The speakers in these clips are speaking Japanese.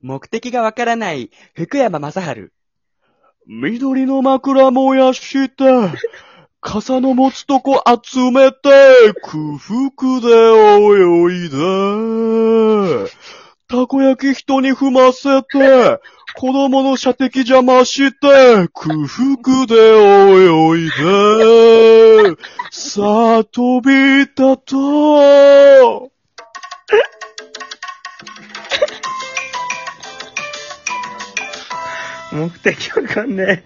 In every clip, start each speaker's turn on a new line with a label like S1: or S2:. S1: 目的がわからない、福山雅治。
S2: 緑の枕燃やして、傘の持つとこ集めて、空腹で泳いで、たこ焼き人に踏ませて、子供の射的邪魔して、空腹で泳いで、さあ飛び立とう。
S3: 目的わかんね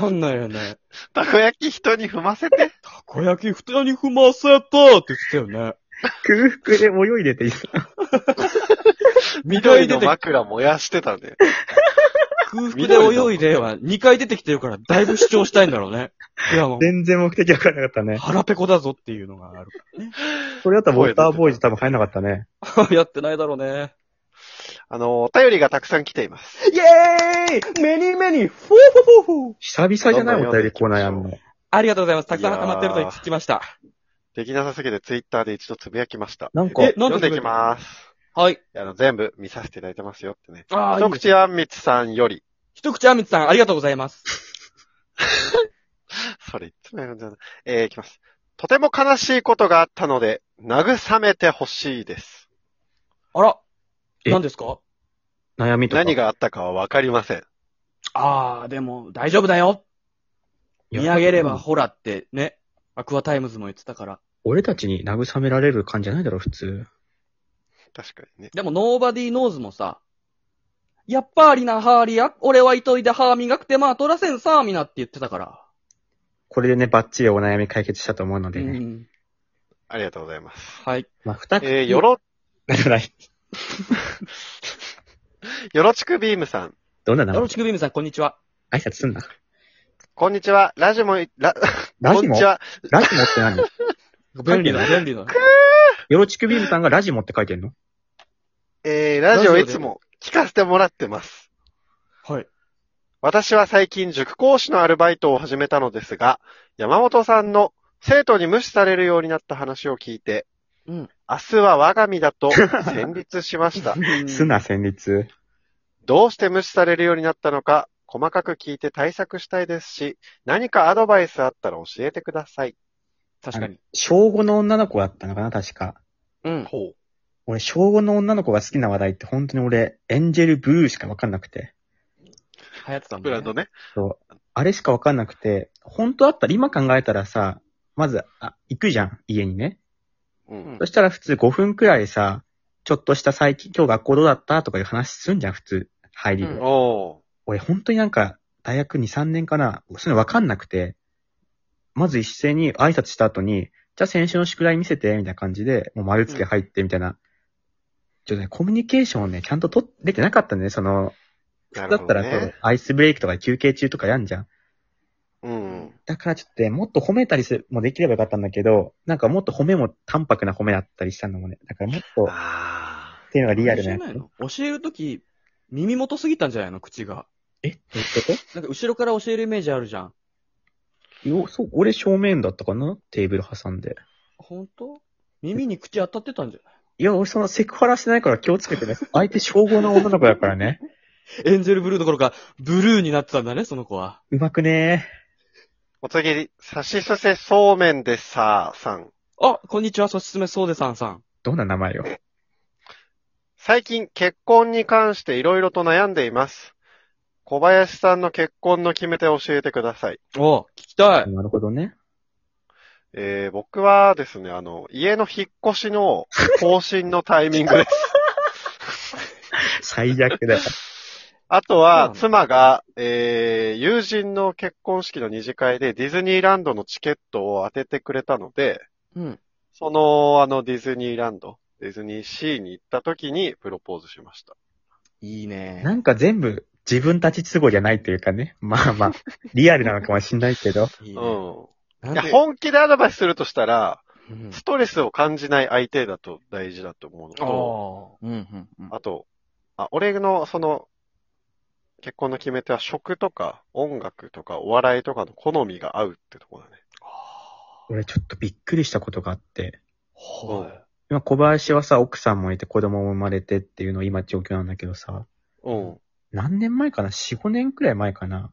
S1: なんなんよね。
S4: たこ焼き人に踏ませて。
S2: たこ焼き人に踏ませてって言ってたよね。
S3: え。空腹で泳いでていい。
S2: 緑
S4: 緑
S2: 出
S4: の
S2: て
S4: 枕燃やしてたね。
S2: 空腹で泳いでは2回出てきてるからだいぶ主張したいんだろう ね。いや、もう
S3: 全然目的わからなかったね。
S2: 腹ペコだぞっていうのがある。
S3: それだったらウォーターボーイズ多分入んなかったね。
S2: やってないだろうね。
S4: あの、お便りがたくさん来ています。
S1: イエーイメニーメニーフォーフォーフォーフォー
S3: 久々じゃない
S4: どんどん
S3: お便りコーナーやんの。
S1: ありがとうございます。たくさん溜まってると聞きました。
S4: できなさすぎてツイッターで一度つぶやきました。
S3: なんか、
S2: え、なん
S4: 読ん
S2: で
S4: できます。
S2: す。はい。
S4: あの、全部見させていただいてますよってね。
S2: ああ、い
S4: 一
S2: いです
S4: 口あんみつさんより、
S1: 一口あみつさん、ありがとうございます。
S4: それいつもやるんじゃない。えー、いきます。とても悲しいことがあったので、慰めてほしいです。
S1: あら、
S3: え
S1: 何ですか
S3: 悩みとか。
S4: 何があったかはわかりません。
S1: ああ、でも、大丈夫だよ。
S3: い
S1: 見
S3: や
S1: 上げればほらってね、アクアタイムズも言ってたから。
S3: 俺たちに慰められる感じじゃないだろ、普通。
S4: 確かにね。
S1: でも、ノーバディーノーズもさ、やっぱりな、ハーリア、俺は急いで歯磨く手間は取らせんさ、みなって言ってたから。
S3: これでね、バッチリお悩み解決したと思うの
S1: う
S3: でね。
S1: ん。
S4: ありがとうございます。
S1: はい。
S3: まあ、二つ。
S4: え ー、よろ、
S3: ならない。
S4: よろちくビームさん。
S3: どんな
S1: よろ
S3: の
S1: しくビームさん、こんにちは。
S3: 挨拶すんな。
S4: こんにちは。ラジモい、ラ、
S3: ラ
S4: こ
S3: ジ
S4: んに
S3: モ
S4: ちは。
S3: ラジモって何よ
S1: 便利な、便利な。
S3: ろちくビームさんがラジモって書いてんの
S4: えー、ラジオいつも聞かせてもらってます。
S1: はい。
S4: 私は最近塾講師のアルバイトを始めたのですが、山本さんの生徒に無視されるようになった話を聞いて、
S1: うん
S4: 明日は我が身だと戦慄しました。
S3: すな、戦慄。
S4: どうして無視されるようになったのか、細かく聞いて対策したいですし、何かアドバイスあったら教えてください。
S1: 確かに。
S3: 小5の女の子だったのかな、確か。
S1: うん。
S2: ほう。
S3: 俺、小5の女の子が好きな話題って本当に俺、エンジェルブルーしかわかんなくて。
S1: 流行ってたもんね。
S4: ブランドね。
S3: あれしかわかんなくて、本当だったら今考えたらさ、まず、あ、行くじゃん、家にね。
S4: うん
S3: そしたら普通5分くらいさ、ちょっとした最近、今日学校どうだったとかいう話すんじゃん、普通。入りで。
S1: うん
S4: お
S3: 俺、本当になんか、大学2、3年かな、そういうのわかんなくて、まず一斉に挨拶した後に、じゃあ先週の宿題見せて、みたいな感じで、もう丸付け入って、みたいな。ちょっとね、コミュニケーションをね、ちゃんと取れてなかったね、その、
S4: ー。な
S3: だ
S4: る
S3: っ
S4: ほ
S3: た
S4: ど
S3: ら、
S4: ね。
S3: アイスブレイクとか休憩中とかやんじゃん。
S4: うん。
S3: だからちょっとね、もっと褒めたりする、もできればよかったんだけど、なんかもっと褒めも淡白な褒めだったりしたのもね、だからもっと、っ
S4: あ
S3: ていうのがリアル
S1: 教
S3: な
S1: え
S3: やつ
S1: ない
S3: ね。
S1: の教えるとき、耳元すぎたんじゃないの口が。
S3: えどういうこ
S1: なんか後ろから教えるイメージあるじゃん。
S3: とよ、そう、俺正面だったかなテーブル挟んで。
S1: 本当耳に口当たってたんじゃ
S3: いや、俺そのセクハラしてないから気をつけてね。 相手称号の女の子だからね。
S1: ないエンジェルブルーどころか、ブルーになってたんだね、その子は。
S3: うまくね
S4: お次、さしすせそうめんでさーさん。
S1: あ、こんにちは、そしすめそうでさんさん。
S3: どんな名前よ。
S4: 最近結婚に関していろいろと悩んでいます。小林さんの結婚の決め手を教えてください。
S1: お聞きたい。
S3: なるほどね。
S4: えー、僕はですね、あの、家の引っ越しの更新のタイミング です。
S3: 最悪だよ。
S4: あとは、
S1: そう
S4: 妻が、えー、友人の結婚式の二次会でディズニーランドのチケットを当ててくれたので、
S1: うん。
S4: その、あの、ディズニーランド、ディズニーシーに行った時にプロポーズしました。
S1: いいね
S3: なんか全部、自分たち都合じゃないというかね。まあまあ、リアルなのかもしんないけど。
S1: いいね。
S4: う。
S1: なん
S4: い
S1: ん
S4: や、
S1: で
S4: 本気でアドバイスするとしたら、
S1: うん
S4: ストレスを感じない相手だと大事だと思うの
S1: あ
S4: と、
S1: あ。うん、うん、うん。
S4: あと、あ、俺のその、結婚の決め手は食とか音楽とかお笑いとかの好みが合うってとこだね。
S3: 俺ちょっとびっくりしたことがあって。
S1: は
S3: 今小林はさ、奥さんもいて子供も生まれてっていうの今状況なんだけどさ、
S1: い。
S4: うん。
S3: 何年前かな ?4、5年くらい前かな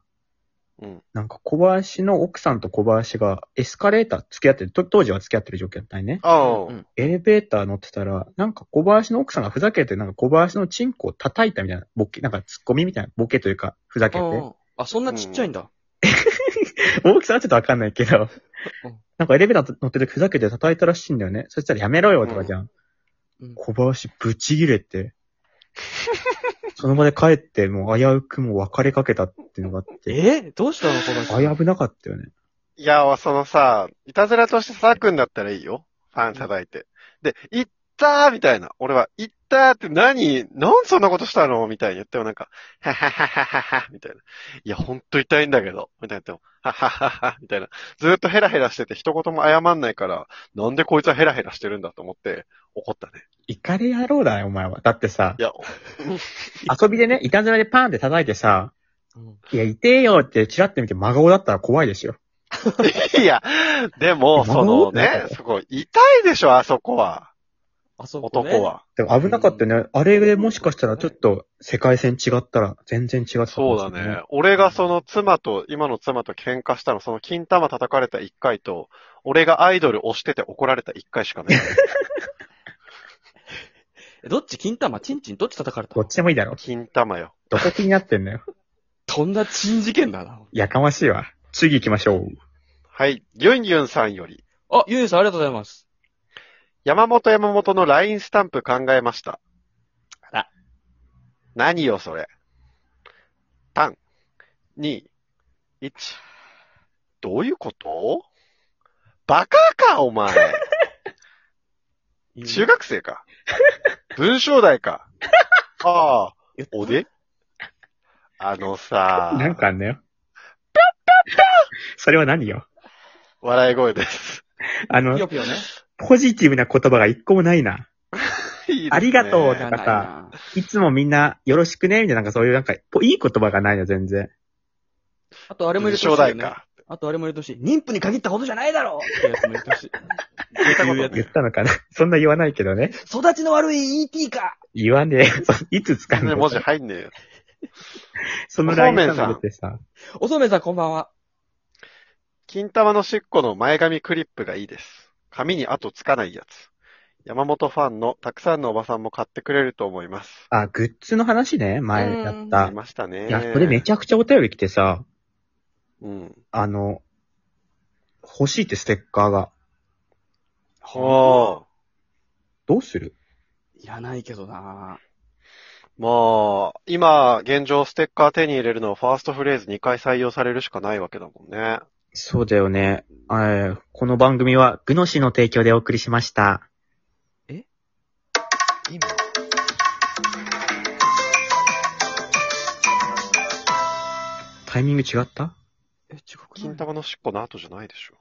S4: うん。
S3: なんか小林の奥さんと小林がエスカレーター付き合ってる、と当時は付き合ってる状況だったんね。
S4: ああ、
S1: うん。
S3: エレベーター乗ってたら、なんか小林の奥さんがふざけて、なんか小林のチンコを叩いたみたいな、ボケ、なんかツッコミみたいな、ボケというか、ふざけて。
S1: ああ、そんなちっちゃいんだ。
S3: 大きさはちょっとわかんないけど
S1: うん、
S3: なんかエレベーター乗ってる時ふざけて叩いたらしいんだよね。そしたらやめろよとかじゃん。
S1: うん
S3: 小林ぶち切 れて、その場で帰って、もう危うくもう別れかけたっていうのがあって、
S1: えどうしたのこの人。
S3: 危なかったよね。
S4: いや、そのさ、いたずらとして叩くんだったらいいよ。ファン叩いて。で、行ったーみたいな。俺は、行ったーって何なんでそんなことしたのみたいに言ってもなんか、はははははは、みたいな。いや、ほんと痛いんだけど。みたいな言っても、はははは、みたいな。ずーっとヘラヘラしてて一言も謝んないから、なんでこいつはヘラヘラしてるんだと思って、怒ったね。
S3: イカれ野郎だよ、お前は。だってさ
S4: い、や、
S3: 遊びでね、いたずらでパーンって叩いてさ、
S1: うん
S3: いや、痛えよってチラッて見て真顔だったら怖いですよ。
S4: いや、でも、そのね、そこ、痛いでしょ、あそこは。
S1: あそこ、ね、
S4: 男。は。
S3: でも危なかったよね。あれでもしかしたらちょっと世界線違ったら全然違ってた、
S4: そうだね。。俺がその妻と、今の妻と喧嘩したの、その金玉叩かれた一回と、俺がアイドル押してて怒られた一回し かない。
S1: えどっち金玉、チンチン、どっち叩かれた
S3: どっちでもいいだろ。
S4: 金玉よ。
S3: どこ気になってんのよ。
S1: とんだチン事件だな。
S3: やかましいわ。次行きましょう。
S4: はい。ユンユンさんより、
S1: あ、ゆうゆうさんありがとうございます。
S4: 山本山本の LINE スタンプ考えました。
S1: あら。
S4: 何よ、それ。パン、2、1。どういうことバカか、お前。中学生か。文章 大か。ああ。
S1: 言った
S4: おであのさ、
S3: なんかあんだよ。 それは何よ。
S4: 笑い声です。
S3: あ
S1: ぴよ
S3: の、
S1: ぴよね。
S3: ポジティブな言葉が一個もないな。
S4: いいですね
S3: ありがとうだ
S1: な
S3: か
S1: ん
S3: ら
S1: か
S3: いつもみんなよろしくね、みたいな、なんかそういうなんか、ぽいい言葉がないの、全然。
S1: あとあれも入れてほ
S4: 文章
S1: しいよ
S4: 大
S1: ね。
S4: か。
S1: あとあれも入れてほしい。妊婦に限ったほどじゃないだろうってやつも入れてほしい。
S4: 言ったことない
S3: 言ったのかな そんな言わないけどね。
S1: 育ちの悪い ET か。
S3: 言わねえ。そう いつ使う
S4: 全然
S3: の
S4: 文字入んねえよ。
S3: そのラインさん出てさ。
S1: おそめさんこんばんは。
S4: 金玉のしっこの前髪クリップがいいです。髪に跡つかないやつ。山本ファンのたくさんのおばさんも買ってくれると思います。
S3: あ、グッズの話ね、前やっ
S4: あ
S3: た
S4: り。ましたね。
S3: いや、これめちゃくちゃお便り来てさ、
S4: うん。
S3: あの、欲しいってステッカーが。
S4: はあ。
S3: どうする
S1: いらないけどな
S4: まあ、今、現状ステッカー手に入れるのはファーストフレーズ2回採用されるしかないわけだもんね。
S3: そうだよね。えーこの番組は、グノシの提供でお送りしました。
S4: 今
S3: タイミング違った
S1: え、違くない
S4: 金玉のしっこの跡じゃないでしょ。